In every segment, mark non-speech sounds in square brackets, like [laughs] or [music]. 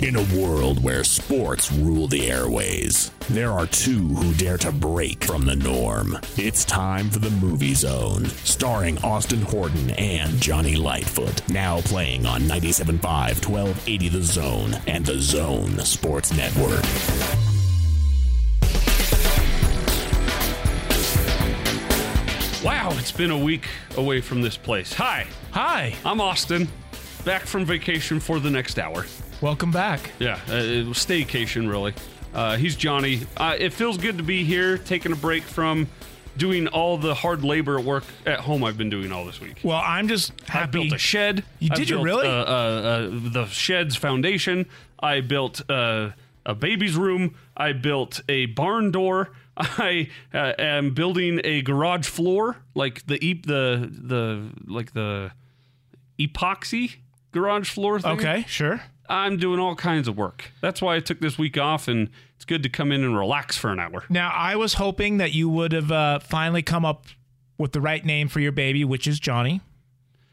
In a world where sports rule the airways, there are two who dare to break from the norm. It's time for the Movie Zone, starring Austin Horton and Johnny Lightfoot. Now playing on 97.5, 1280 The Zone and The Zone Sports Network. Wow, it's been a week away from this place. Hi, Hi, I'm Austin, back from vacation for the next hour. welcome back. Yeah, uh, it was staycation, really. Uh, he's Johnny. Uh, it feels good to be here, taking a break from doing all the hard labor at work at home I've been doing all this week. Well, I'm just I happy. built a shed. You I did you built, really? Uh, uh, uh, the shed's foundation. I built uh, a baby's room. I built a barn door. [laughs] I uh, am building a garage floor, like the e- the the like the epoxy garage floor thing. okay, sure. I'm doing all kinds of work. That's why I took this week off, and it's good to come in and relax for an hour. Now, I was hoping that you would have uh, finally come up with the right name for your baby, which is Johnny.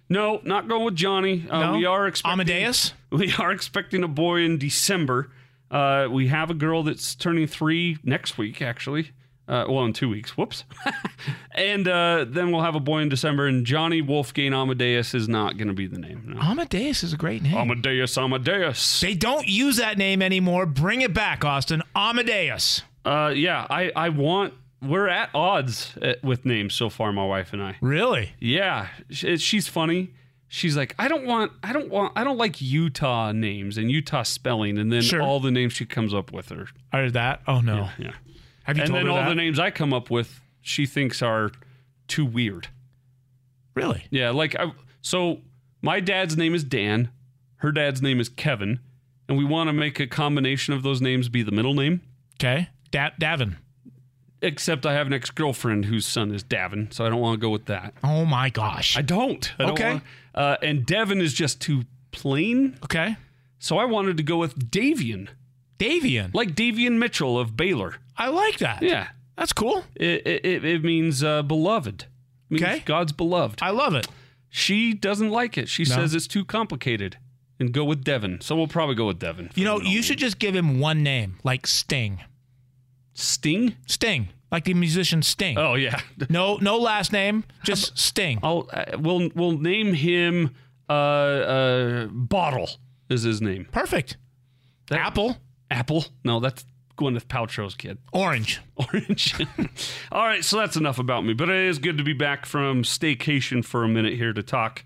No, not going with Johnny. Uh, No? We are expecting Amadeus? We [laughs] are expecting a boy in December. Uh, we have a girl that's turning three next week, actually. Uh, well, in two weeks. Whoops. [laughs] and uh, then we'll have a boy in December, and Johnny Wolfgang Amadeus is not going to be the name. Oh, No. Amadeus is a great name. Amadeus, Amadeus. they don't use that name anymore. Bring it back, Austin. Amadeus. Uh, yeah, I, I want. We're at odds uh, with names so far, my wife and I. Really? Yeah, sh- it- she's funny. She's like, I don't want, I don't want, I don't like Utah names and Utah spelling, and then Sure. all the names she comes up with are, I heard that. Oh no. yeah. Have you And told then her all that? the names I come up with, she thinks are too weird. really? Yeah, like I, so my dad's name is Dan, her dad's name is Kevin, and we want to make a combination of those names be the middle name. Okay. Da- Davin. Except I have an ex girlfriend whose son is Davin, so I don't want to go with that. Oh my gosh. I don't. I don't Okay. wanna- uh, and Devin is just too plain. okay. So I wanted to go with Davian, Davian. like Davian Mitchell of Baylor. I like that. Yeah, That's cool. it it, it means uh, beloved. It means Okay. God's beloved. I love it. She doesn't like it. She says it's too complicated. And go with Devin. So we'll probably go with Devin. for You know, the middle you should just give him one name, like Sting. name. Sting. Sting, like the musician Sting. Oh [laughs] yeah. No, no last name, just Sting. I'll uh, we'll we'll name him uh, uh Bottle is his name. Perfect. That- Apple, Apple. No, that's Gwyneth Paltrow's kid. [laughs] orange. Orange. [laughs] All right, so that's enough about me. But it is good to be back from staycation for a minute here to talk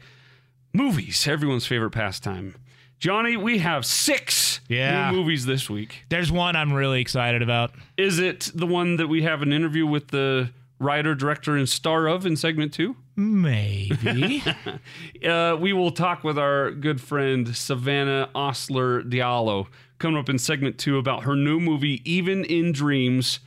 movies, everyone's favorite pastime. Johnny, we have six Yeah. new movies this week. There's one I'm really excited about. Is it the one that we have an interview with the writer, director, and star of in segment two? [laughs] Maybe. Uh, we will talk with our good friend Savannah Osler Diallo coming up in segment two about her new movie, Even in Dreams.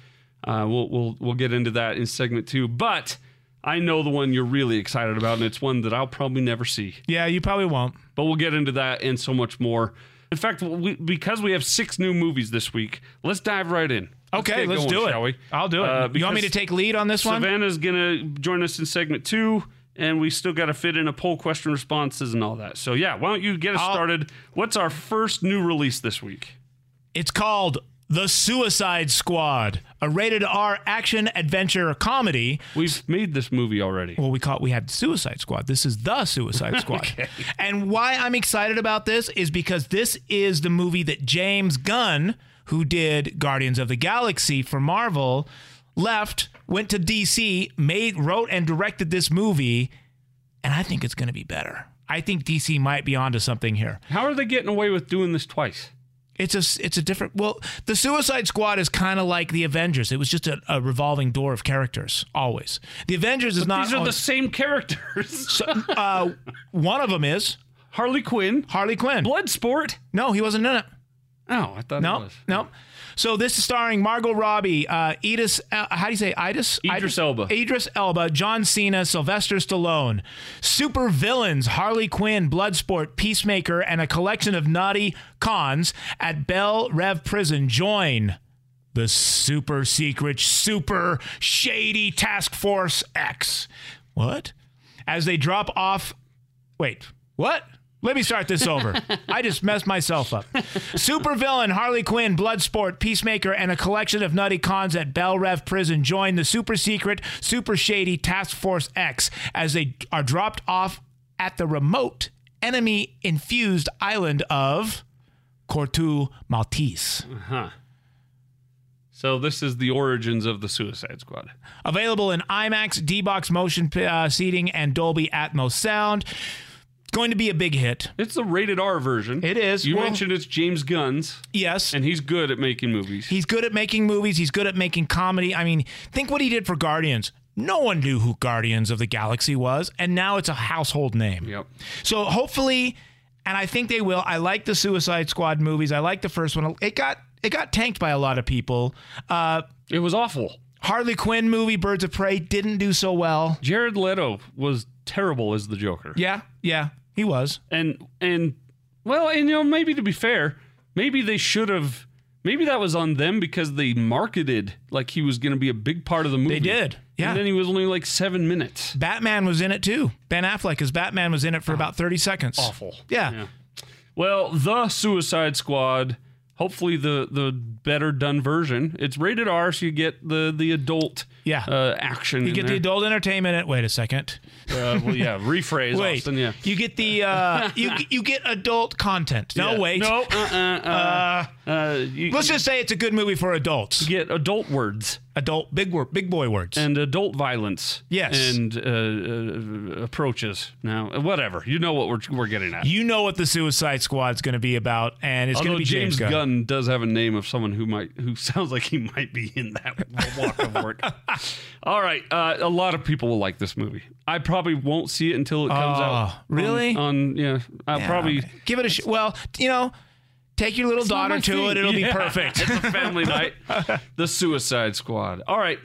Uh, we'll, we'll we'll get into that in segment two, but I know the one you're really excited about, and it's one that I'll probably never see. yeah, you probably won't. But we'll get into that and so much more. In fact, we, because we have six new movies this week, let's dive right in. Okay, get let's, going, do it. Shall we? I'll do it. Uh, you want me because- to take lead on this one? Savannah's gonna join us in segment two, and we still got to fit in a poll question responses and all that. So yeah, why don't you get us I'll- started? What's our first new release this week? It's called The Suicide Squad, a rated R action adventure comedy We've made this movie already. Well, we caught we had Suicide Squad. This is the Suicide [laughs] Squad. And why I'm excited about this is because this is the movie that James Gunn, who did Guardians of the Galaxy for Marvel, left, went to DC, made, wrote, and directed this movie, and I think it's going to be better. I think DC might be onto something here. How are they getting away with doing this twice? It's a it's a different. Well, the Suicide Squad is kind of like the Avengers. It was just a, a revolving door of characters always. The Avengers is not. These are on- the same [laughs] characters. [laughs] uh, one of them is Harley Quinn, Harley Quinn. Bloodsport. No, he wasn't in it. Oh, I thought it No, was. no. So this is starring Margot Robbie, uh, Edis. Uh, how do you say Idis? Idris Elba. Idris Elba, John Cena, Sylvester Stallone. Super villains: Harley Quinn, Bloodsport, Peacemaker, and a collection of naughty cons at Bell Rev Prison join the super secret, super shady Task Force X. What? As they drop off. Wait, what? Let me start this over. I just messed myself up. Supervillain Harley Quinn, Bloodsport, Peacemaker, and a collection of nutty cons at Bell Rev Prison join the super secret, super shady Task Force X as they are dropped off at the remote, enemy infused island of Cortu Maltese. Uh-huh. So this is the origins of the Suicide Squad. Available in IMAX, D Box motion uh, seating, and Dolby Atmos sound. Going to be a big hit. It's the rated R version. It is. You Well- mentioned it's James Gunn's, Yes. and he's good at making movies. He's good at making movies. He's good at making comedy. I mean, think what he did for Guardians. No one knew who Guardians of the Galaxy was, and now it's a household name. yep. So hopefully, and I think they will. I like the Suicide Squad movies. I like the first one. It got it got tanked by a lot of people. Uh, It was awful. Harley Quinn movie Birds of Prey didn't do so well. Jared Leto was terrible as the Joker. Yeah, yeah, he was. And and well, and you know, maybe to be fair, maybe they should have maybe that was on them because they marketed like he was going to be a big part of the movie. They did. Yeah. And then he was only like 7 minutes. Batman was in it too. Ben Affleck as Batman was in it for about 30 seconds. Oh. Awful. Yeah. Well, the Suicide Squad, hopefully the the better done version. It's rated R so you get the the adult Yeah. uh, action You get the adult entertainment. In, wait a second. uh, well, yeah, rephrase [laughs] Wait, Austin, yeah. you get the [laughs] uh, you you get adult content. No, Yeah. wait. No, uh, uh, uh, uh, you, Let's just say it's a good movie for adults. get adult words Adult big word, big boy words. and adult violence. Yes. And uh, uh, approaches. Now, whatever. You know what we're, we're getting at. you know what the Suicide Squad's going to be about, and it's going Although to be James, James, Gunn. does have a name of someone who might who [laughs] sounds like he might be in that walk of [laughs] work. All right, uh, a lot of people will like this movie. I probably won't see it until it comes Oh, out. on- really? On, yeah, I'll probably give it a sh- well. You know, take your little not daughter my to thing. it; [laughs] it'll Yeah. be perfect. It's a family night. The Suicide Squad. All right.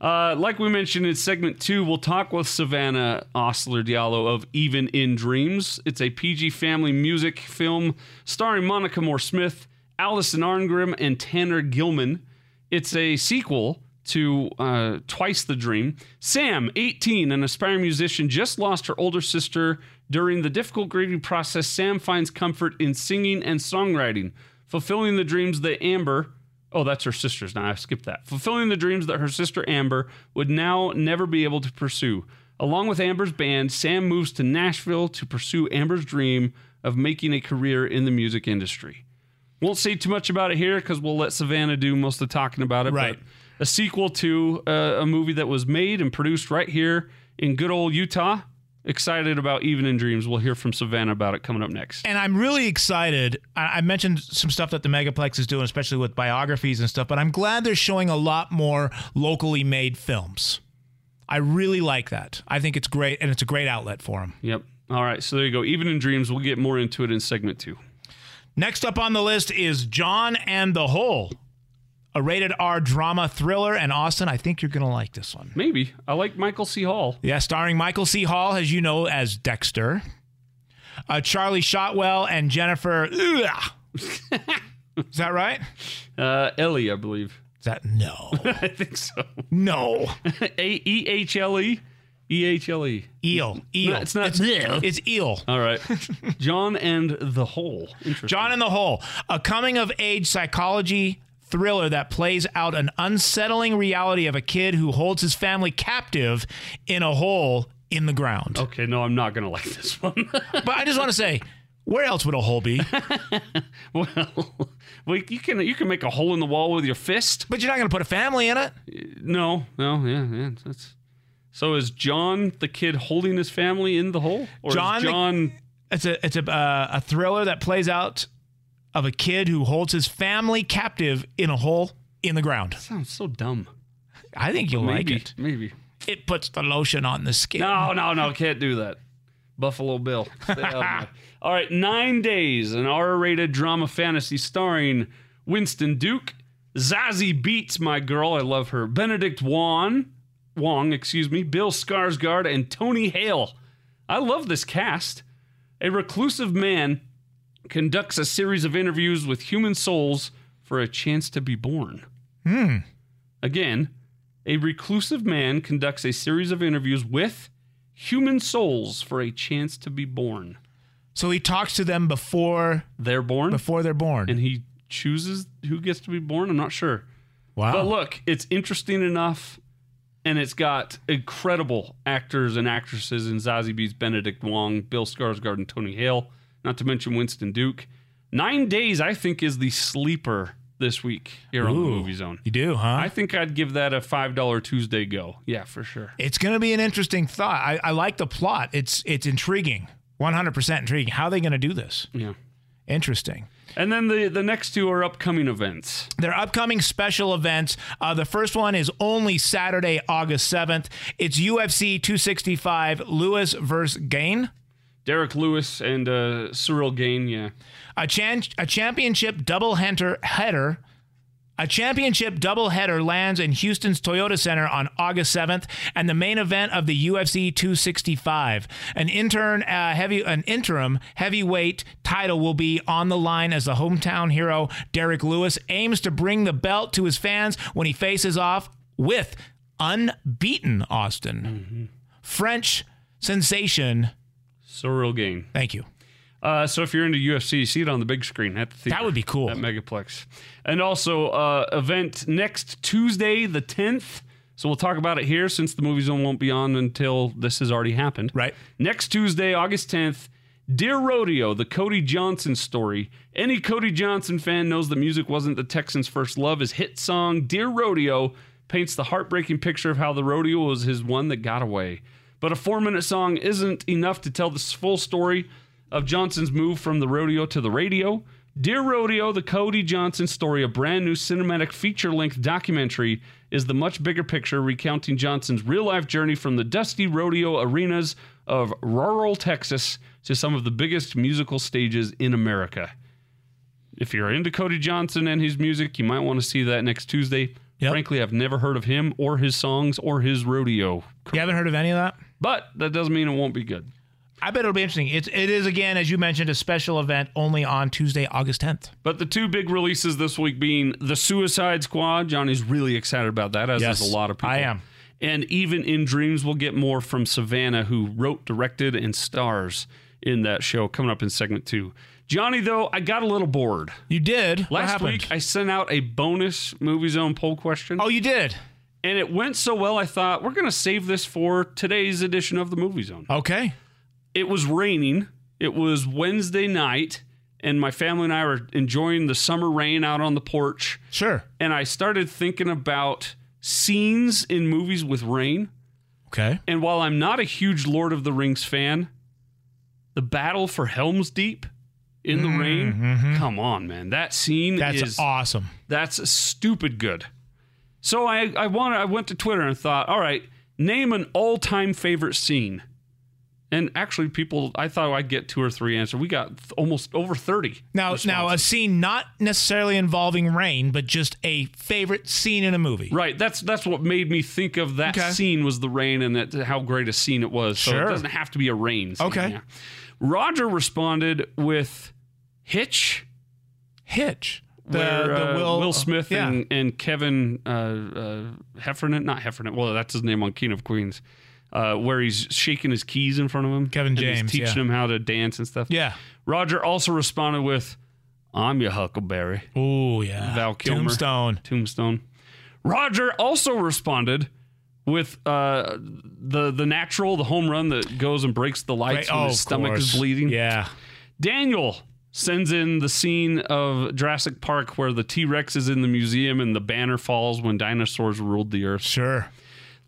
Uh, like we mentioned in segment two, we'll talk with Savannah Osler Diallo of Even in Dreams. It's a PG family music film starring Monica Moore Smith, Allison Arngrim, and Tanner Gilman. It's a sequel to uh, Twice the Dream. Sam, 18, an aspiring musician, just lost her older sister. During the difficult grieving process, Sam finds comfort in singing and songwriting, fulfilling the dreams that Amber. Oh, that's her sister's. Now I skipped that. Fulfilling the dreams that her sister Amber would now never be able to pursue. Along with Amber's band, Sam moves to Nashville to pursue Amber's dream of making a career in the music industry. Won't say too much about it here because we'll let Savannah do most of the talking about it. Right. But a sequel to uh, a movie that was made and produced right here in good old Utah. Excited about Even in Dreams. We'll hear from Savannah about it coming up next. and I'm really excited. I, I mentioned some stuff that the Megaplex is doing, especially with biographies and stuff, but I'm glad they're showing a lot more locally made films. I really like that. I think it's great, and it's a great outlet for them. Yep. All right. So there you go. Even in Dreams. We'll get more into it in segment two. Next up on the list is John and the Hole, a rated R drama thriller. And Austin, I think you're going to like this one. Maybe. I like Michael C. Hall. Yeah, starring Michael C. Hall, as you know as Dexter, uh, Charlie Shotwell, and Jennifer. Ugh. is that right? Uh, Ellie, I believe. [laughs] Is that no, I think so. no? A E H L E. E H L E. Eel, eel. No, it's not- It's, it's eel. All right. John and the Hole. Interesting. John in the Hole, a coming of age psychology thriller that plays out an unsettling reality of a kid who holds his family captive in a hole in the ground. Okay, no, I'm not going to like this one. But I just want to say, where else would a hole be? [laughs] well, we, you can you can make a hole in the wall with your fist. But you're not going to put a family in it. No, no, yeah, yeah. That's so. Is John the kid holding his family in the hole, or John is the- John? It's a it's a uh, a thriller that plays out of a kid who holds his family captive in a hole in the ground. sounds so dumb. I think you'll like maybe, it. Maybe. It puts the lotion on the skin. No, no, no, can't do that. Buffalo Bill. Stay out of my- All right, Nine Days, an R rated drama fantasy starring Winston Duke. Zazie Beats, my girl, I love her. Benedict Wong, Wong, excuse me, Bill Skarsgård, and Tony Hale. I love this cast. A reclusive man conducts a series of interviews with human souls for a chance to be born. Hmm. Again, a reclusive man conducts a series of interviews with human souls for a chance to be born. So he talks to them before They're born, before they're born. and he chooses who gets to be born. I'm not sure. wow. But look, it's interesting enough, and it's got incredible actors and actresses in Zazie Beetz, Benedict Wong, Bill Skarsgård, and Tony Hale, not to mention Winston Duke. Nine Days, I think, is the sleeper this week here on the Ooh. Movie Zone. you do, huh? I think I'd give that a $5 Tuesday go. Yeah, for sure. it's going to be an interesting thought. I, I like the plot. It's it's intriguing. 100% intriguing. How are they going to do this? Yeah. Interesting. And then the, the next two are upcoming events. Their upcoming special events. Uh, the first one is only Saturday, August 7th. It's UFC 265 Lewis versus Gain. Derek Lewis and uh, Cyril Gain, yeah. a, chan- a championship double header, header a championship double header lands in Houston's Toyota Center on August 7th and the main event of the UFC 265 an intern uh, heavy an interim heavyweight title will be on the line as the hometown hero Derek Lewis aims to bring the belt to his fans when he faces off with unbeaten Austin French sensation Cyril Gain. thank you Uh, so if you're into UFC, see it on the big screen at the theater. That would be cool. At Megaplex. And also, uh, event next Tuesday, the 10th. So we'll talk about it here since the movie zone won't be on until this has already happened. Right. Next Tuesday, August 10th, Dear Rodeo, the Cody Johnson story. Any Cody Johnson fan knows that music wasn't the Texans' first love. His hit song, Dear Rodeo, paints the heartbreaking picture of how the rodeo was his one that got away. But a four minute song isn't enough to tell the full story of Johnson's move from the rodeo to the radio. Dear Rodeo, the Cody Johnson story, a brand new cinematic feature length documentary, is the much bigger picture recounting Johnson's real life journey from the dusty rodeo arenas of rural Texas to some of the biggest musical stages in America. If you're into Cody Johnson and his music, you might want to see that next Tuesday. Yep. Frankly, I've never heard of him or his songs or his rodeo, you haven't heard of any of that but that doesn't mean it won't be good. I bet it'll be interesting. It's it is again, as you mentioned, a special event only on Tuesday, August tenth. But the two big releases this week being The Suicide Squad. Johnny's really excited about that, as Yes, is a lot of people. I am. And even in Dreams, we'll get more from Savannah, who wrote, directed, and stars in that show coming up in segment two. Johnny, though, I got a little bored. You did what Last happened? week, I sent out a bonus Movie Zone poll question, oh, you did. and it went so well, I thought, we're going to save this for today's edition of the Movie Zone Okay. it was raining. It was Wednesday night, and my family and I were enjoying the summer rain out on the porch. Sure. And I started thinking about scenes in movies with rain. Okay. And while I'm not a huge Lord of the Rings fan, the battle for Helm's Deep in the rain, come on, man. That scene That's is awesome. that's stupid good. So I I wanted I went to Twitter and thought, all right, name an all-time favorite scene. And actually, people, I thought I'd get two or three answers. We got th- almost over thirty. Now, now a responses. scene not necessarily involving rain, but just a favorite scene in a movie. right? That's that's what made me think of that Okay. scene was the rain and that how great a scene it was. So it Sure. doesn't have to be a rain. Scene, Okay. yeah. Roger responded with Hitch, Hitch. The, where uh, the Will, Will, Smith yeah. and, and Kevin uh, uh, Heffernan, not Heffernan, well, that's his name on King of Queens, uh, where he's shaking his keys in front of him. Kevin and James, He's teaching yeah. him how to dance and stuff. yeah. Roger also responded with, I'm your Huckleberry, Oh yeah. Val Kilmer. Tombstone. Tombstone. Roger also responded with uh, the the natural, the home run that goes and breaks the lights Right- when oh, his of stomach is course. bleeding. Yeah. Daniel sends in the scene of Jurassic Park where the T Rex is in the museum and the banner falls when dinosaurs ruled the earth. Sure.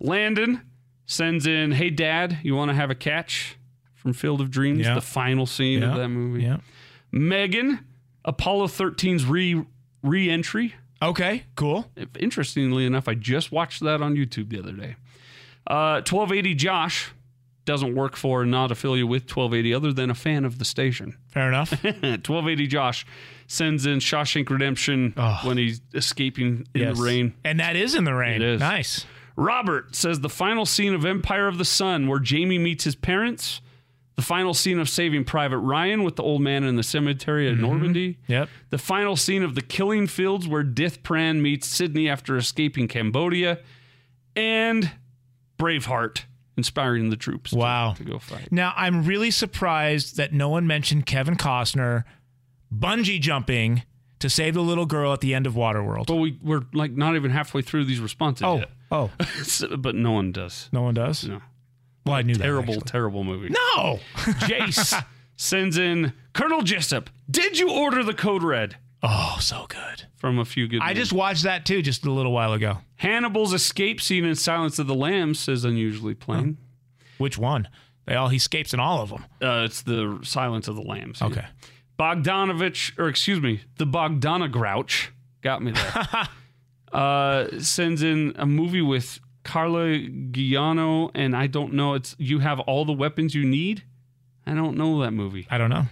Landon sends in, Hey, Dad, you want to have a catch? From Field of Dreams, Yeah. the final scene of Yeah. that movie. Yeah. Megan, Apollo 13's re re entry. Okay. Cool. Interestingly enough, I just watched that on YouTube the other day. Uh, 1280 Josh doesn't work for and not affiliate with 1280 other than a fan of the station. [laughs] Fair enough. 1280 Josh sends in Shawshank Redemption Oh. when he's escaping in Yes. the rain. And that is in the rain. It is. Nice. Robert says the final scene of Empire of the Sun where Jamie meets his parents, the final scene of Saving Private Ryan with the old man in the cemetery at Normandy, Yep. the final scene of The Killing Fields where Dith Pran meets Sydney after escaping Cambodia, and Braveheart inspiring the troops. to- Wow. to go fight. Now, I'm really surprised that no one mentioned Kevin Costner bungee jumping to save the little girl at the end of Waterworld. But we we're like not even halfway through these responses oh, yet. oh, So- but no one does. no one does? No. Well, I knew Terrible, that. terrible movie. [laughs] Terrible. No. Jace sends in Colonel Jessup. Did you order the code red oh, so good. from a few good? I Men. just watched that too just a little while ago. Hannibal's escape scene in Silence of the Lambs is unusually plain. Which one? They all he escapes in all of them. Uh, it's the Silence of the Lambs. yeah. Oh. Okay. Bogdanovich, or excuse me, the Bogdana Grouch got me there. uh, sends in a movie with Carla Giano, and I don't know. It's you have all the weapons you need. I don't know that movie. I don't know.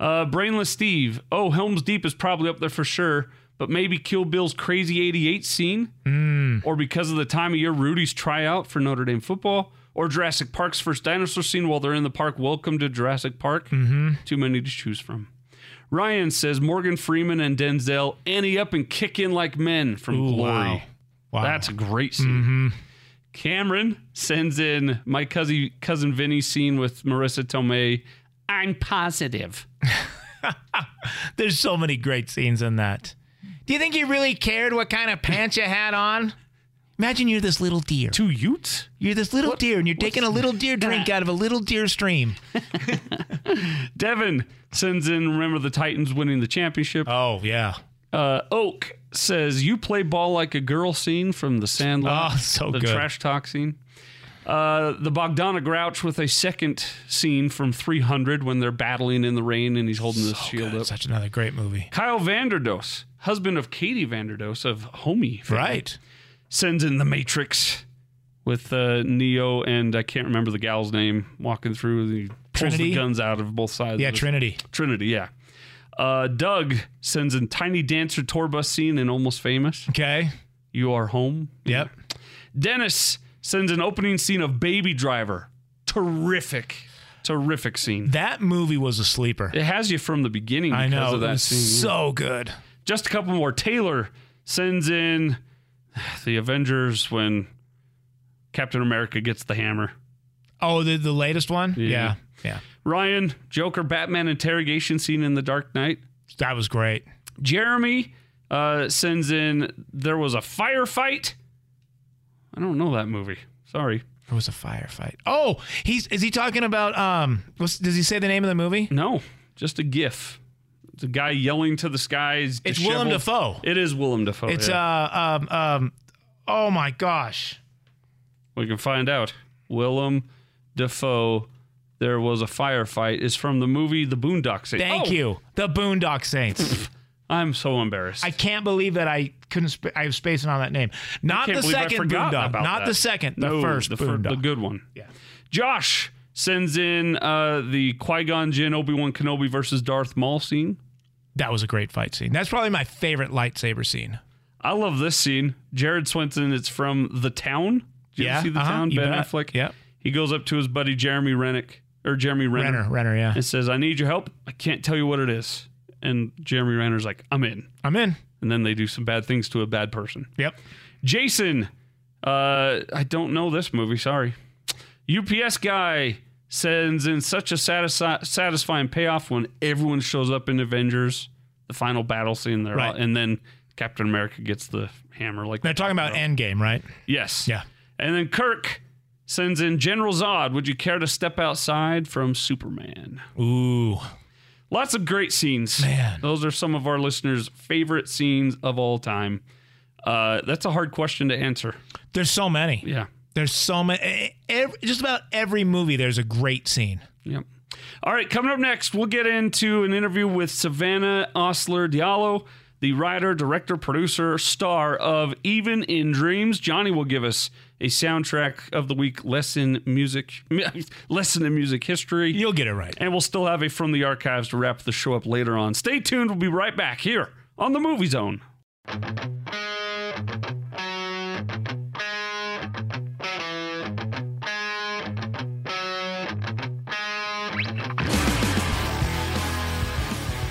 Uh, Brainless Steve. Oh, Helm's Deep is probably up there for sure, but maybe Kill Bill's crazy '88 scene, Hmm. or because of the time of year, Rudy's tryout for Notre Dame football, or Jurassic Park's first dinosaur scene while they're in the park. Welcome to Jurassic Park. Mm-hmm. Too many to choose from. Ryan says Morgan Freeman and Denzel ante up and kick in like men from Ooh, Glory. wow. Wow. Mm-hmm. That's a great scene. Cameron sends in my cousin cousin Vinny scene with Marissa Tomei. I'm positive. There's so many great scenes in that. Do you think he really cared what kind of pants you had on? Imagine you're this little deer. Two Utes? You're this little deer, and you're taking a little deer drink out of a little deer stream. Devin sends in remember the Titans winning the championship. Oh yeah. Uh, Oak says you play ball like a girl scene from the Sandlot. Oh, so the good. trash talk scene. Uh, the Bogdana Grouch with a second scene from 300 when they're battling in the rain and he's holding the shield up. Such another great movie. Kyle Vanderdoes, husband of Katie Vanderdoes of Homie, fame, Right. sends in the Matrix with uh, Neo and I can't remember the gal's name walking through. He pulls Trinity? the guns out of both sides. Yeah, of his- Trinity. Trinity, yeah. Uh, Doug sends in tiny dancer tour bus scene in Almost Famous. Okay. You are home. Yep. Dennis sends an opening scene of Baby Driver. Terrific, terrific scene. That movie was a sleeper. It has you from the beginning because I know. of it that was scene. yeah. so good. Just a couple more. Taylor sends in the Avengers when Captain America gets the hammer. Oh, the the latest one. Yeah. Yeah. Yeah. Ryan, Joker, Batman interrogation scene in The Dark Knight. That was great. Jeremy uh, sends in there was a firefight. I don't know that movie. Sorry. It was a firefight. Oh, he's is he talking about um? What's, does he say the name of the movie? No, just a GIF. It's a guy yelling to the skies. It's Willem disheveled. Dafoe. It is Willem Dafoe. It's yeah. uh um um. Oh my gosh. we can find out. Willem Dafoe. There was a firefight. Is from the movie The Boondock Saints. Thank Oh, you. The Boondock Saints. I'm so embarrassed. I can't believe that I couldn't. Sp- I was spacing on that name. Not can't the believe I second forgot Boondock. about Not that. the second. The No, first the, fir- Boondock. the good one. Yeah. Josh sends in uh, the Qui Gon Jinn Obi Wan Kenobi versus Darth Maul scene. that was a great fight scene. That's probably my favorite lightsaber scene. I love this scene. Jared Swenson. It's from The Town. Did you ever Yeah, see The uh-huh, Town? you Ben bet. Affleck. Yep. He goes up to his buddy Jeremy Rennick or Jeremy Renner, Renner, Renner, yeah. and says, "I need your help. I can't tell you what it is." And Jeremy Renner's like, "I'm in." I'm in. And then they do some bad things to a bad person. Yep. Jason, uh, I don't know this movie. Sorry. UPS guy sends in such a satisfi- satisfying payoff when everyone shows up in Avengers, the final battle scene there, Right. and then Captain America gets the hammer. Like They're talking about Endgame, right? yes, Yeah. And then Kirk sends in General Zod. Would you care to step outside from Superman? Ooh. Lots of great scenes. Man. Those are some of our listeners' favorite scenes of all time. Uh, that's a hard question to answer. There's so many. Yeah. There's so many. Every, just about every movie, there's a great scene. Yep. All right, coming up next, we'll get into an interview with Savannah Osler Diallo, the writer, director, producer, star of Even in Dreams. Johnny will give us a soundtrack of the week lesson music [laughs] lesson in music history. You'll get it right. And we'll still have a from the archives to wrap the show up later on. Stay tuned, we'll be right back here on the Movie Zone.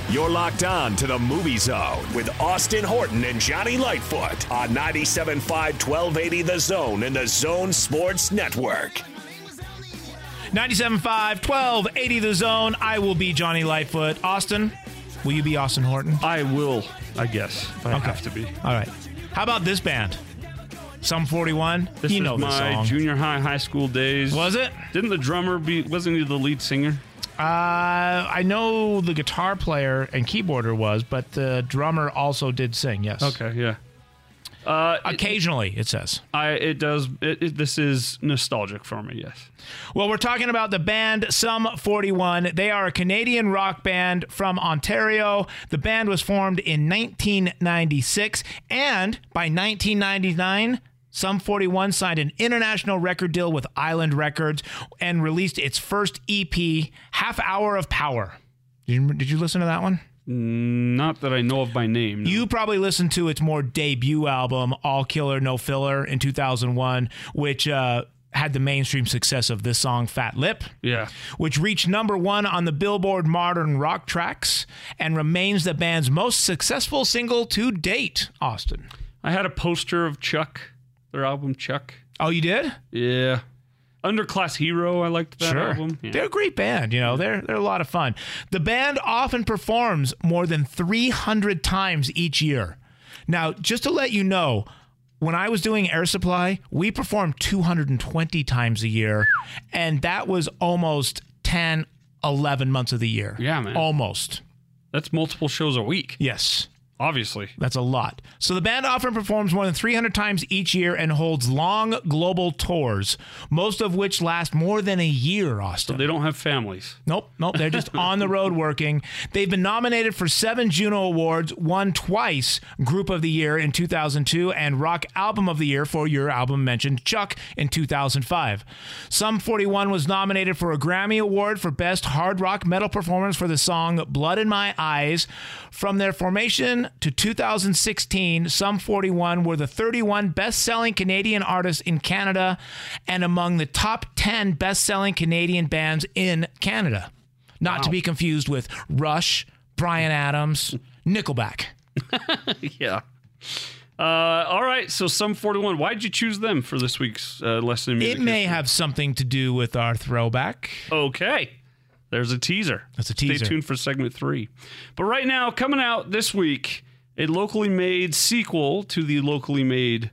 You're locked on to the Movie Zone with Austin Horton and Johnny Lightfoot on 97.5 1280 The Zone and The Zone Sports Network. My name is 97.5, 1280 The Zone. I will be Johnny Lightfoot. Austin, will you be Austin Horton? I will, I guess, if I Okay. have to be. All right. How about this band? Some 41. This you is know this my song. junior high, high school days. Was it? Didn't the drummer be? Wasn't he the lead singer? Uh, I know the guitar player and keyboarder was, but the drummer also did sing, yes. Okay, yeah. Uh, Occasionally, it says. I it does. It, it, this is nostalgic for me. Yes. Well, we're talking about the band Sum 41. They are a Canadian rock band from Ontario. The band was formed in 1996, and by 1999, Sum 41 signed an international record deal with Island Records and released its first EP, Half Hour of Power. Did you, did you listen to that one? Not that I know of by name. no. You probably listened to its more debut album, All Killer No Filler, in 2001, which uh, had the mainstream success of this song, Fat Lip yeah. which reached number one on the Billboard Modern Rock Tracks and remains the band's most successful single to date. Austin. I had a poster of Chuck, their album Chuck. Oh, you did? Yeah. Underclass Hero. I liked that album. Yeah. They're a great band, you know. They're they're a lot of fun. The band often performs more than 300 times each year. Now, just to let you know, when I was doing Air Supply, we performed 220 times a year, and that was almost 10 11 months of the year. Yeah, man. Almost. That's multiple shows a week. Yes. Obviously. That's a lot. So the band often performs more than 300 times each year and holds long global tours, most of which last more than a year, Austin. They don't have [laughs] families. Nope, nope. They're just on the road working. They've been nominated for seven Juno Awards, won twice Group of the Year in 2002 and Rock Album of the Year for your album mentioned, Chuck, in 2005. Sum 41 was nominated for a Grammy Award for Best Hard Rock Metal Performance for the song Blood in My Eyes. From their formation to 2016, Sum 41 were the 31 best selling Canadian artists in Canada and among the top 10 best selling Canadian bands in Canada. Not to be confused with Rush, Brian Adams, Nickelback. yeah. Uh, all right. So some 41. Why'd you choose them for this week's uh, lesson in music? It may history? have something to do with our throwback. Okay. There's a teaser. That's a Stay teaser. tuned for segment three. But right now, coming out this week, a locally made sequel to the locally made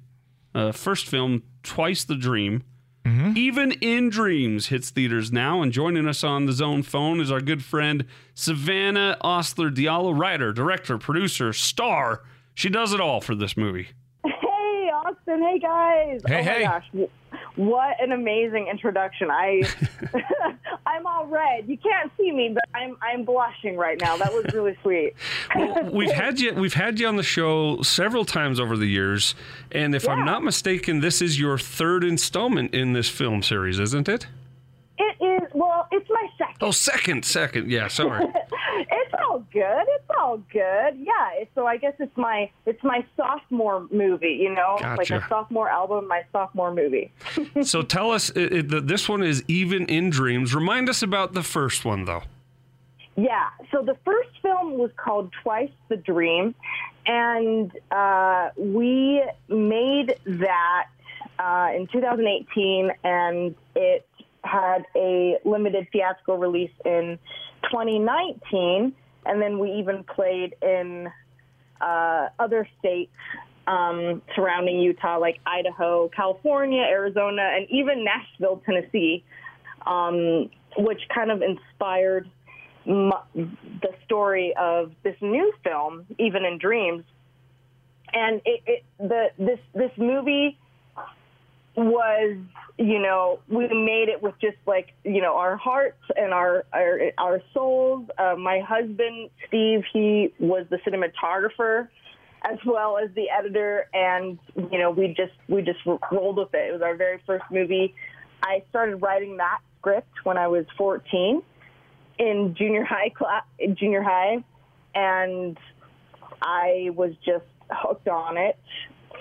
uh, first film, Twice the Dream. Mm-hmm. Even in Dreams hits theaters now. And joining us on the Zone phone is our good friend Savannah Ostler Diallo, writer, director, producer, star. She does it all for this movie. Hey, Austin. Hey, guys. Hey, oh hey. My gosh. W- What an amazing [laughs] introduction. I, I'm all red. You can't see me, but I'm I'm blushing right now. That was really [laughs] sweet. Well, we've had you we've had you on the show several times over the years, and if I'm Yeah. not mistaken, this is your third installment in this film series, isn't it? It is well. It's my second. Oh, second, second, yeah, [laughs] sorry. It's all good. It's all good. Yeah. it's- So I guess it's my it's my sophomore movie. You know, It's like Gotcha. my sophomore album, my sophomore movie. so tell us, i i th this one is even in dreams. Remind us about the first one, though. Yeah. So the first film was called Twice the Dream, and uh, we made that uh, in 2018, and it had a limited theatrical release in 2019, and then we even played in uh, other states. Um, surrounding Utah, like Idaho, California, Arizona, and even Nashville, Tennessee, um, which kind of inspired m- the story of this new film, even in dreams. And it, it the this this movie was you know we made it with just like you know our hearts and our our, our souls. Uh, my husband Steve, he was the cinematographer as well as the editor, and you know we just we just rolled with it. It was our very first movie. I started writing that script when I was 14 in junior high class, junior high, and I was just hooked on it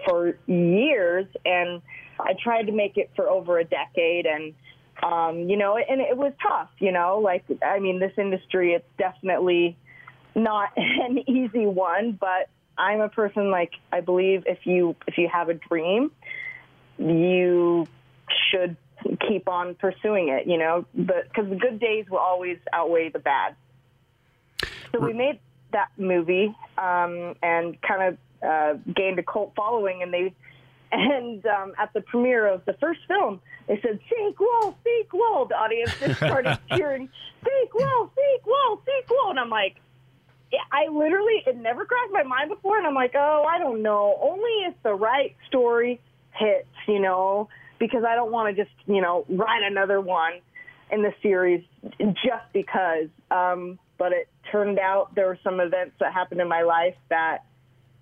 for years, and I tried to make it for over a decade, and um, you know, and it was tough, you know, like I mean, this industry, it's definitely not [laughs] an easy one, but I'm a person like I believe if you if you have a dream, you should keep on pursuing it, you know, because the good days will always outweigh the bad. So we made that movie um, and kind of uh, gained a cult following, and they and um, at the premiere of the first film, they said sequel, sequel. The audience just started cheering sequel, sequel, sequel, and I'm like. yeah, I literally, it never crossed my mind before, and I'm like, oh, I don't know. Only if the right story hits, you know, because I don't want to just, you know, write another one in the series just because. Um, but it turned out there were some events that happened in my life that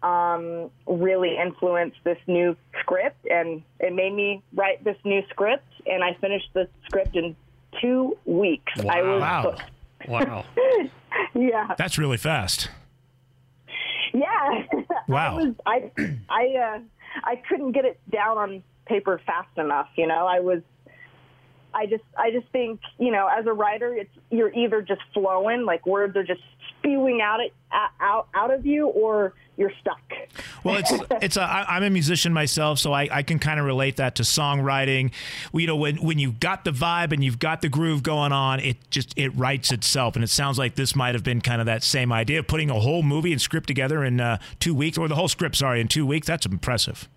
um, really influenced this new script, and it made me write this new script. And I finished the script in two weeks. I was Wow. hooked. [laughs] Wow. yeah. That's really fast. Yeah. [laughs] Wow. I was, I [clears throat] I uh, I couldn't get it down on paper fast enough. You know, I was. I just I just think you know as a writer, it's you're either just flowing like words are just spewing out it out out of you, or you're stuck. Well, it's it's a, I, I'm a musician myself, so I, I can kind of relate that to songwriting. Well, You know, when when you've got the vibe and you've got the groove going on, it just it writes itself. And it sounds like this might have been kind of that same idea, putting a whole movie and script together in uh, two weeks, or the whole script, sorry, in two weeks. That's impressive.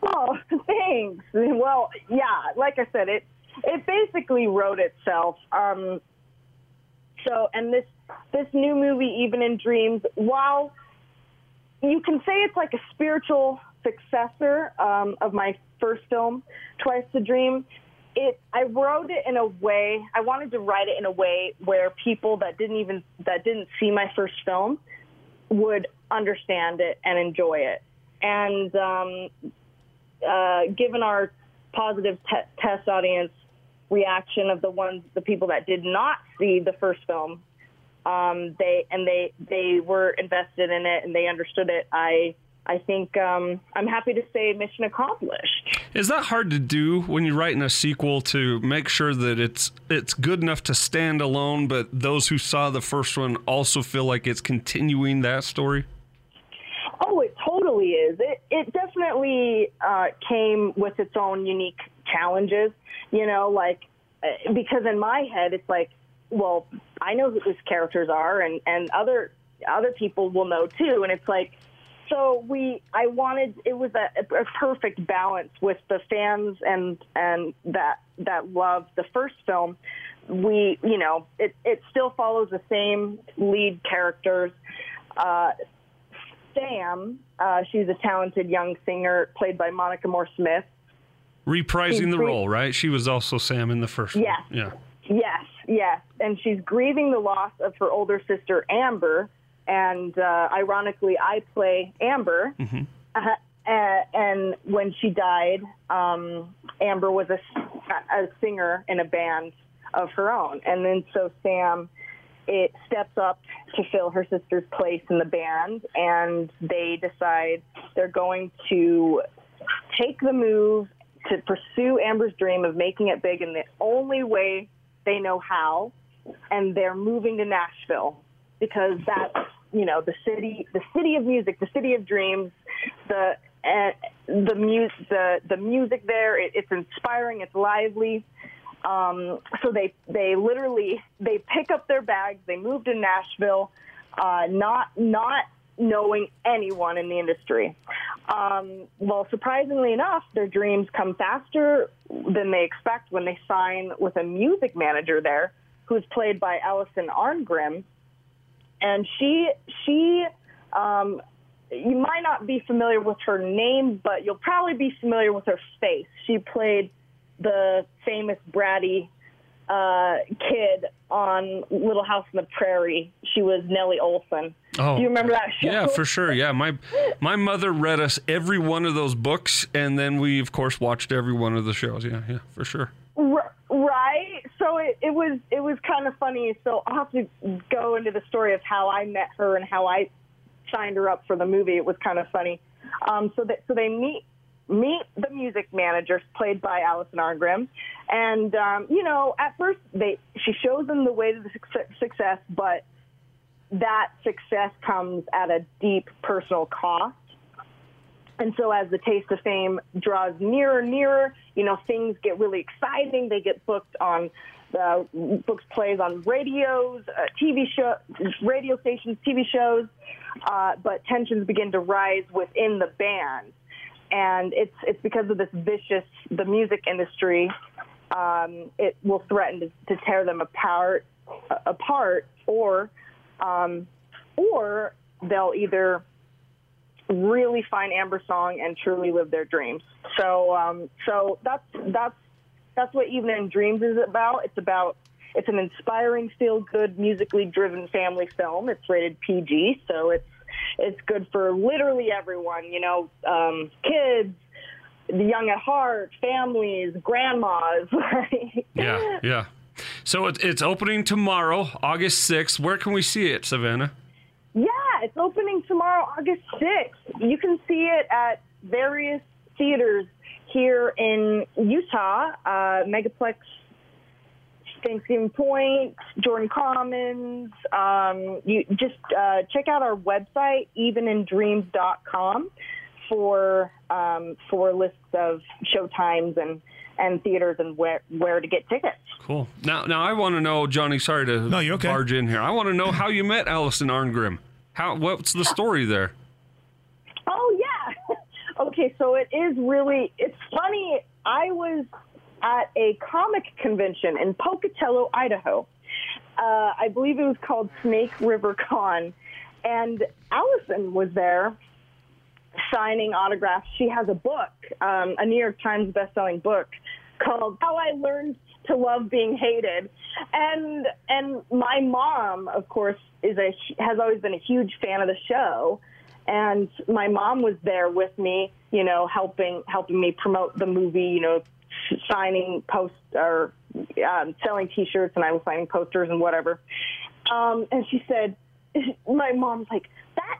Oh, [laughs] thanks. Well, yeah, like I said, it it basically wrote itself. Um, so, and this this new movie, Even in Dreams, while you can say it's like a spiritual successor um, of my first film, Twice the Dream. It, I wrote it in a way. I wanted to write it in a way where people that didn't even that didn't see my first film would understand it and enjoy it. And um, uh, given our positive te- test audience reaction of the ones, the people that did not see the first film, um, they and they they were invested in it and they understood it. I I think um, I'm happy to say mission accomplished. Is that hard to do when you're writing a sequel to make sure that it's it's good enough to stand alone, but those who saw the first one also feel like it's continuing that story? Oh, it totally is. It it definitely uh, came with its own unique challenges. You know, like uh, because in my head it's like, well, I know who these characters are, and and other other people will know too. And it's like, so we I wanted it was a, a perfect balance with the fans and and that that loved the first film. We you know it it still follows the same lead characters. Uh, Sam. Uh, she's a talented young singer played by Monica Moore Smith. Reprising the Incre- role, right? She was also Sam in the first Yes. one. Yeah. Yes, yes. And she's grieving the loss of her older sister, Amber. And uh, ironically, I play Amber. Uh, and, and when she died, um, Amber was a, a singer in a band of her own. And then so Sam it steps up to fill her sister's place in the band. And they decide they're going to take the move to pursue Amber's dream of making it big in the only way they know how, and they're moving to Nashville because that's you know the city, the city of music, the city of dreams, the uh, the music, the the music there. It, it's inspiring, it's lively. Um, so they they literally they pick up their bags, they move to Nashville, uh, not not knowing anyone in the industry. Um, well, surprisingly enough, their dreams come faster than they expect when they sign with a music manager there, who's played by Allison Arngrim, and she she. Um, you might not be familiar with her name, but you'll probably be familiar with her face. She played the famous bratty uh, kid on Little House on the Prairie. She was Nellie Olson. Oh, Do you remember that show? Yeah, for sure. Yeah, my my mother read us every one of those books, and then we of course watched every one of the shows. Yeah, yeah, for sure. R- right. So it, it was it was kind of funny. So I'll have to go into the story of how I met her and how I signed her up for the movie. It was kind of funny. Um, so that so they meet meet the music manager played by Allison Arngrim, and um, you know at first they she shows them the way to the suc- success, but that success comes at a deep personal cost. And so, as the taste of fame draws nearer, nearer, you know, things get really exciting. They get booked on uh, books plays on radios, uh, TV show, radio stations, TV shows, uh, but tensions begin to rise within the band, and it's it's because of this vicious the music industry. Um, it will threaten to, to tear them apart, uh, apart, or um, or they'll either really find Amber Song and truly live their dreams. So um, so that's that's that's what Even in Dreams is about. It's about it's an inspiring, feel good, musically driven family film. It's rated PG, so it's it's good for literally everyone. You know, um, kids, the young at heart, families, grandmas. [laughs] like, Yeah, yeah. So it, it's opening tomorrow, August 6th. Where can we see it, Savannah? Yeah, it's opening tomorrow, August 6th. You can see it at various theaters here in Utah, uh, Megaplex, Thanksgiving Point, Jordan Commons. Um, you just uh, check out our website, evenindreams.com, for um, for lists of show times and and theaters and where where to get tickets. Cool. Now, now I want to know, Johnny. Sorry to No, you're okay. barge in here. I want to know how you met Allison Arngrim. How? What's the story there? Oh yeah. [laughs] okay, so it is really it's funny. I was at a comic convention in Pocatello, Idaho. Uh, I believe it was called Snake River Con, and Allison was there signing autographs. She has a book, um, a New York Times best-selling book called "How I Learned to Love Being Hated," and and my mom, of course, is a has always been a huge fan of the show, and my mom was there with me, you know, helping helping me promote the movie, you know, signing post or um, selling T-shirts, and I was signing posters and whatever. Um, and she said, [laughs] my mom's like that.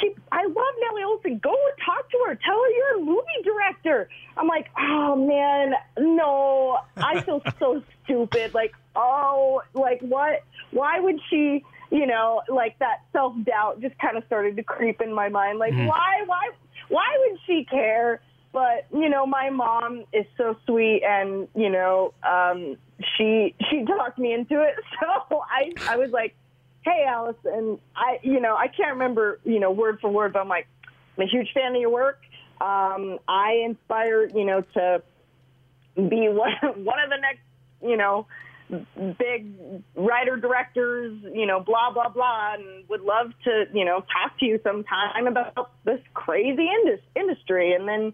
She, I love Nellie Olson. Go and talk to her. Tell her you're a movie director. I'm like, oh man, no. I feel so stupid. Like, oh, like what? Why would she? You know, like that self doubt just kind of started to creep in my mind. Like, why, why, why would she care? but you know my mom is so sweet and you know um she she talked me into it [laughs] so i i was like hey allison i you know i can't remember you know word for word but i'm like i'm a huge fan of your work um i inspire you know to be [laughs] one one of the next you know big writer directors you know blah blah blah and would love to you know talk to you sometime about this crazy indus- industry and then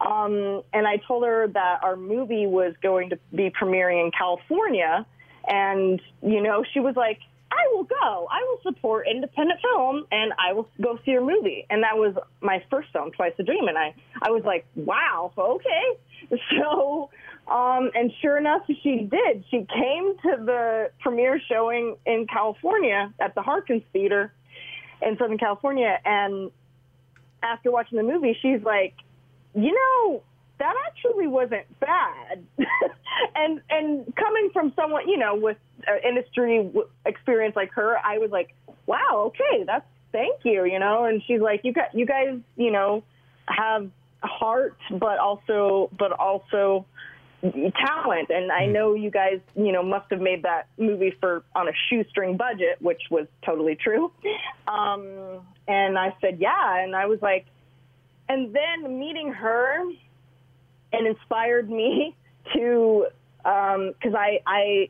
um, and I told her that our movie was going to be premiering in California. And, you know, she was like, I will go. I will support independent film and I will go see your movie. And that was my first film, Twice a Dream. And I, I was like, wow, okay. [laughs] So, um, and sure enough, she did. She came to the premiere showing in California at the Harkins Theater in Southern California. And after watching the movie, she's like, you know that actually wasn't bad [laughs] and and coming from someone you know with uh, industry w- experience like her i was like wow okay that's thank you you know and she's like you got you guys you know have heart but also but also talent and i know you guys you know must have made that movie for on a shoestring budget which was totally true um and i said yeah and i was like and then meeting her and inspired me [laughs] to um 'cause I, I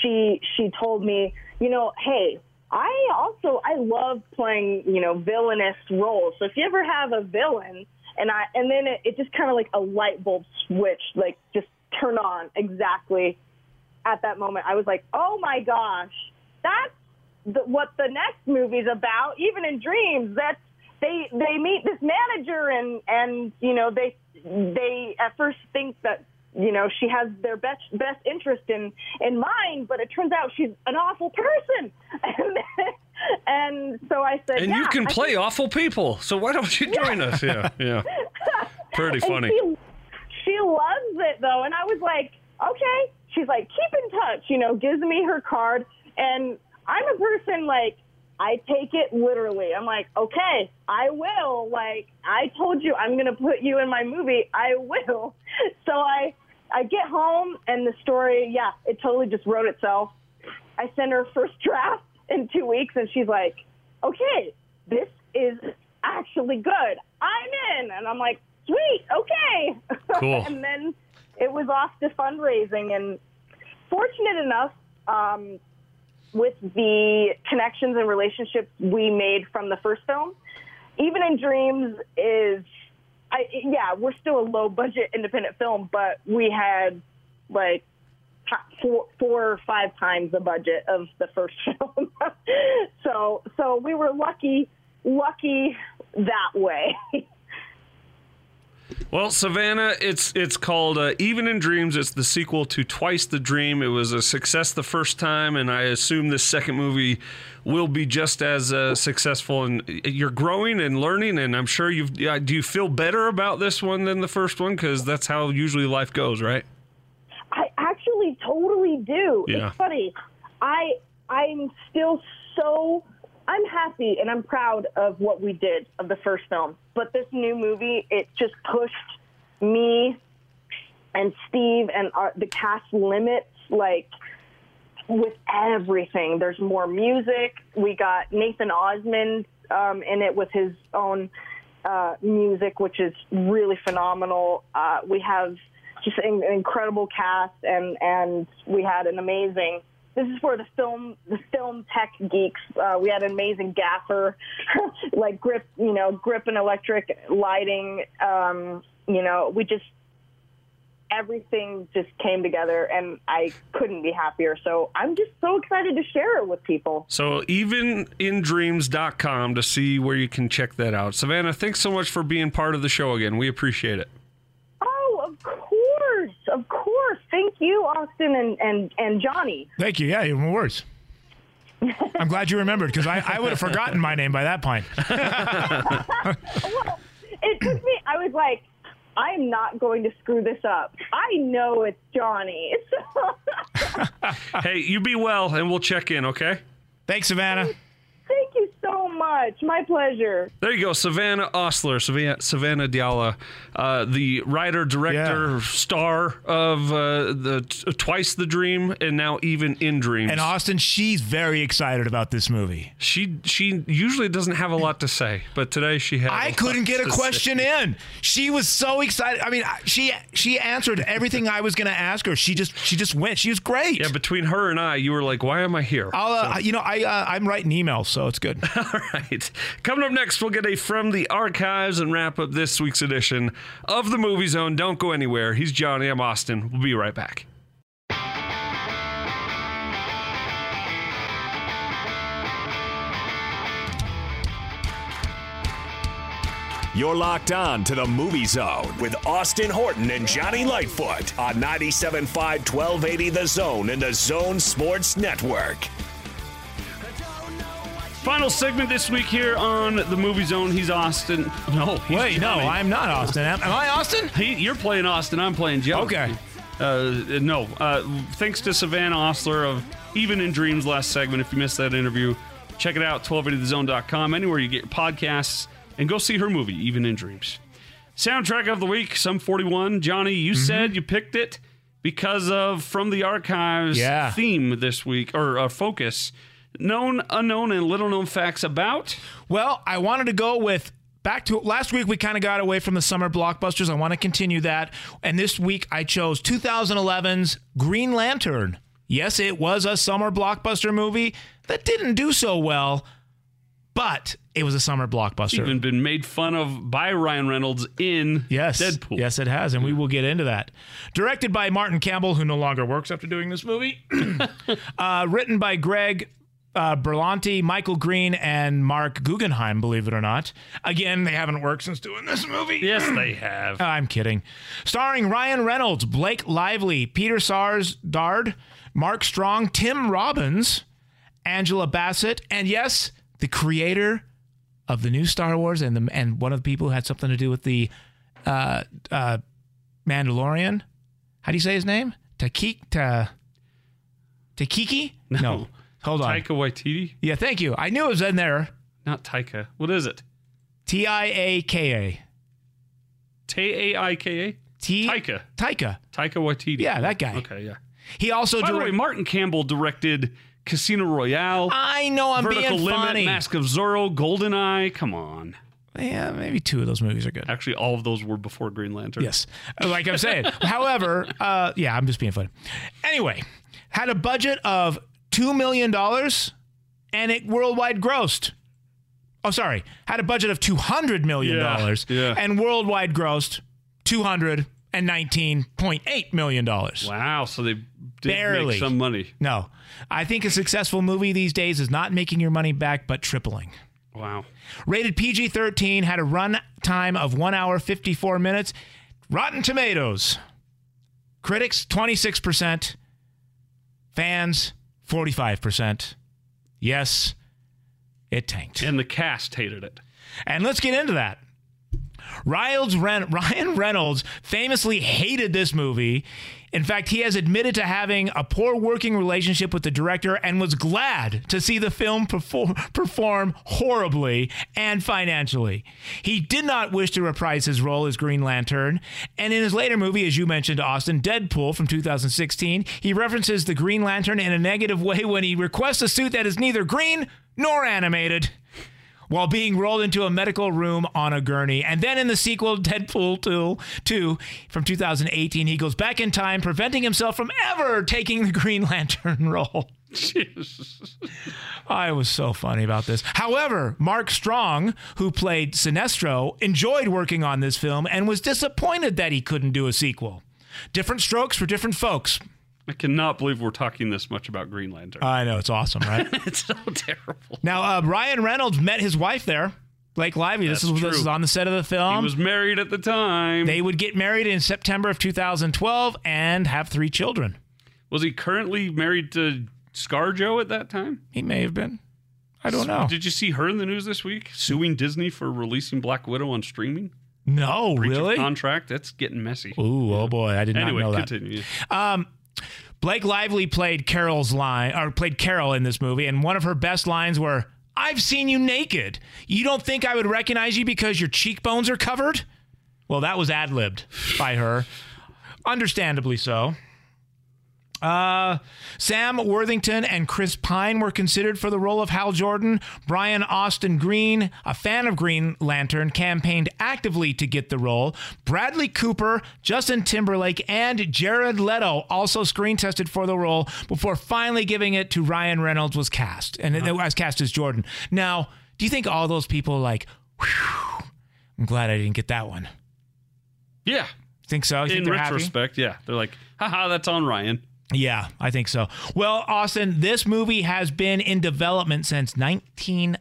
she she told me you know hey i also i love playing you know villainous roles so if you ever have a villain and i and then it, it just kind of like a light bulb switch like just turn on exactly at that moment i was like oh my gosh that's the, what the next movie's about even in dreams that's they they meet this manager and and you know they they at first think that you know she has their best best interest in in mind but it turns out she's an awful person [laughs] and, and so i said And yeah, you can I play awful people. So why don't you join us? Yeah, [laughs] yeah. Pretty And funny. She, she loves it though, and I was like, okay. She's like, keep in touch. You know, gives me her card, and I'm a person like I take it literally. I'm like, okay, I will. Like, I told you I'm going to put you in my movie. I will. [laughs] So I, I get home and the story, yeah, it totally just wrote itself. I send her first draft in two weeks and she's like, okay, this is actually good. I'm in. And I'm like, sweet, okay. [laughs] Cool. and then it was off to fundraising. And fortunate enough, um, with the connections and relationships we made from the first film, even in dreams is, I yeah, we're still a low budget independent film, but we had like ti- four, four or five times the budget of the first [laughs] film. so so we were lucky lucky that way. [laughs] Well, Savannah, it's it's called uh, Even in Dreams. It's the sequel to Twice the Dream. It was a success the first time, and I assume this second movie will be just as uh, successful. And you're growing and learning, and I'm sure you've. yeah, Do you feel better about this one than the first one? Because that's how usually life goes, right? I actually totally do. Yeah. It's funny. I I'm still so I'm happy and I'm proud of what we did of the first film. But this new movie, it just pushed me and Steve and our, the cast limits like with everything. There's more music. We got Nathan Osmond um, in it with his own uh, music, which is really phenomenal. Uh, we have just an, an incredible cast, and and we had an amazing. This is for the film, the film tech geeks. Uh, we had an amazing gaffer, [laughs] like grip, you know, grip and electric lighting. Um, you know, we just everything just came together and I couldn't be happier. So I'm just so excited to share it with people. So evenindreams.com to see where you can check that out. Savannah, thanks so much for being part of the show again. We appreciate it. Oh, of course. Of course. Thank you, Austin and, and, and Johnny. Thank you. Yeah, even worse. I'm glad you remembered because I, I would have forgotten my name by that point. Well, it took me, I was like, I'm not going to screw this up. I know it's Johnny. [laughs] Hey, you be well, and we'll check in. Okay. Thanks, Savannah. Thank you so much. My pleasure. There you go, Savannah Osler, Savannah, Savannah Diala, uh, the writer, director, Yeah. star of uh, the t- Twice the Dream, and now even in Dreams. And Austin, she's very excited about this movie. she she usually doesn't have a lot to say, but today she had. I lot [laughs] couldn't get a to say. question in. She was so excited. I mean, I- she she answered everything I was going to ask her. She just she just went. She was great. Yeah, between her and I, you were like, "Why am I here?" I'll, uh, you know, I uh, I'm writing emails, so it's [laughs] good. All [laughs] right. Coming up next, we'll get a From the Archives and wrap up this week's edition of the Movie Zone. Don't go anywhere. He's Johnny. I'm Austin. We'll be right back. You're locked on to the Movie Zone with Austin Horton and Johnny Lightfoot on 97.5 1280 The Zone and The Zone Sports Network. Final segment this week here on the Movie Zone. He's Austin. No, he's Wait, no, Johnny. I'm not Austin. Am, am I Austin? He, you're playing Austin. I'm playing Joe. Okay. Uh, no. Uh, thanks to Savannah Osler of Even in Dreams last segment. If you missed that interview, check it out. 1280thezone.com. Anywhere you get your podcasts, and go see her movie, Even in Dreams. Soundtrack of the week, some 41. Johnny, you Mm-hmm. said you picked it because of From the Archives Yeah. theme this week or uh, focus. Known, unknown, and little known facts about. Well, I wanted to go with back to last week. We kind of got away from the summer blockbusters. I want to continue that, and this week I chose 2011's Green Lantern. Yes, it was a summer blockbuster movie that didn't do so well, but it was a summer blockbuster. Even been made fun of by Ryan Reynolds in Yes. Deadpool. Yes, it has, and we will get into that. Directed by Martin Campbell, who no longer works after doing this movie. [clears throat] uh, written by Greg uh, Berlanti, Michael Green, and Mark Guggenheim. Believe it or not, again they haven't worked since doing this movie. Yes, they have. I'm kidding. Starring Ryan Reynolds, Blake Lively, Peter Sarsgaard, Mark Strong, Tim Robbins, Angela Bassett, and yes, the creator of the new Star Wars and the and one of the people who had something to do with the uh, uh, Mandalorian. How do you say his name? Takik ta, Takiki? No. Hold on. Taika Waititi? Yeah, thank you. I knew it was in there. Not Taika. What is it? T I A K A. T A I K A? T Taika. Taika. Taika Waititi. Yeah, that guy. Okay, yeah. He also By the way, directed. Martin Campbell directed Casino Royale, I know I'm Vertical being Limit, funny. Mask of Zorro, GoldenEye. Come on. Yeah, maybe two of those movies are good. Actually, all of those were before Green Lantern. Yes. Like I'm [laughs] saying. However, uh, yeah, I'm just being funny. Anyway, had a budget of $2 million and it worldwide grossed. Oh, sorry. Had a budget of $200 million Yeah, yeah. and worldwide grossed $219.8 million. Wow. So they did Barely. make some money. No, I think a successful movie these days is not making your money back, but tripling. Wow. Rated PG 13, had a run time of 1 hour 54 minutes. Rotten Tomatoes. Critics 26%, fans 45%. Yes, it tanked. And the cast hated it. [laughs] And let's get into that. Ryle's Ren- [laughs] Ryan Reynolds famously hated this movie. In fact, he has admitted to having a poor working relationship with the director and was glad to see the film perform, perform horribly and financially. He did not wish to reprise his role as Green Lantern. And in his later movie, as you mentioned, Austin, Deadpool from 2016, he references the Green Lantern in a negative way when he requests a suit that is neither green nor animated while being rolled into a medical room on a gurney. And then in the sequel, Deadpool 2, 2 from 2018, he goes back in time, preventing himself from ever taking the Green Lantern [laughs] role. I was so funny about this. However, Mark Strong, who played Sinestro, enjoyed working on this film and was disappointed that he couldn't do a sequel. Different strokes for different folks. I cannot believe we're talking this much about Green Lantern. I know, it's awesome, [laughs] right? it's so terrible. now, uh, Ryan Reynolds met his wife there, Blake Lively. This That's is, this true. is on the set of the film. He was married at the time. They would get married in September of 2012 and have three children. was he currently married to ScarJo at that time? He may have been. I don't know. Did you see her in the news this week suing Disney for releasing Black Widow on streaming? No, Breach of really? Contract. That's getting messy. Ooh, oh boy, I did anyway, not know that. continue. Blake Lively played Carol's line or played Carol in this movie, and one of her best lines were, "I've seen you naked. You don't think I would recognize you because your cheekbones are covered?" Well, that was ad libbed by her, understandably so. Uh, Sam Worthington and Chris Pine were considered for the role of Hal Jordan. Brian Austin Green, a fan of Green Lantern, campaigned actively to get the role. Bradley Cooper, Justin Timberlake, and Jared Leto also screen tested for the role before finally giving it to Ryan Reynolds was cast and Uh-huh. it was cast as Jordan. Now, do you think all those people like? Whew, I'm glad I didn't get that one. Yeah. Think so? You think In they're happy? retrospect, yeah. They're like, haha, that's on Ryan. Yeah, I think so. Well, Austin, this movie has been in development since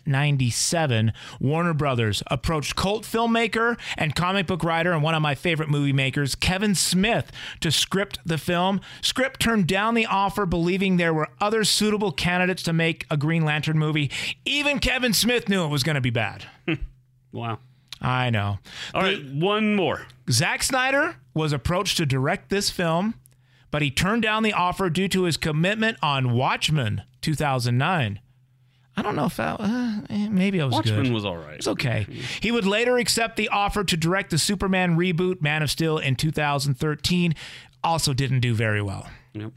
1997. Warner Brothers approached cult filmmaker and comic book writer and one of my favorite movie makers, Kevin Smith, to script the film. Script turned down the offer, believing there were other suitable candidates to make a Green Lantern movie. Even Kevin Smith knew it was going to be bad. Wow. I know. All right, one more. Zack Snyder was approached to direct this film, but he turned down the offer due to his commitment on Watchmen 2009. I don't know if that, uh, eh, maybe I was Watchmen good. was all right. It's okay. He would later accept the offer to direct the Superman reboot Man of Steel in 2013. Also didn't do very well. Yep.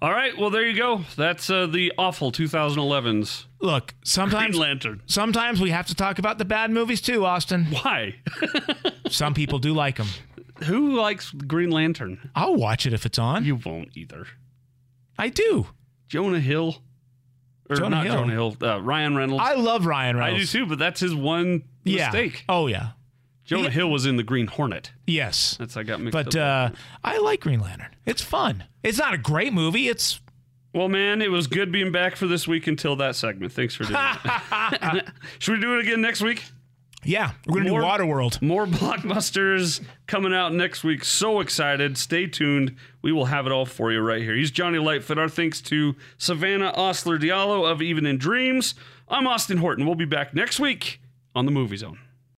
All right, well, there you go. That's uh, the awful 2011's Look, Green sometimes Lantern. sometimes we have to talk about the bad movies too, Austin. Why? [laughs] Some people do like them. Who likes Green Lantern? I'll watch it if it's on. You won't either. I do. Jonah Hill. Or Jonah not Hill. Jonah Hill, uh, Ryan Reynolds. I love Ryan I Reynolds. do too, but that's his one yeah. mistake. Oh yeah. Jonah Hill was in the Green Hornet. Yes. That's I got mixed But up. uh, I like Green Lantern. It's fun. It's not a great movie. It's well, man, it was good being back for this week until that segment. Thanks for doing it. [laughs] [laughs] Should we do it again next week? yeah. We're gonna More- do Waterworld. More blockbusters coming out next week. So excited. Stay tuned. We will have it all for you right here. He's Johnny Lightfoot. Our thanks to Savannah Osler Diallo of Even in Dreams. I'm Austin Horton. We'll be back next week on the Movie Zone.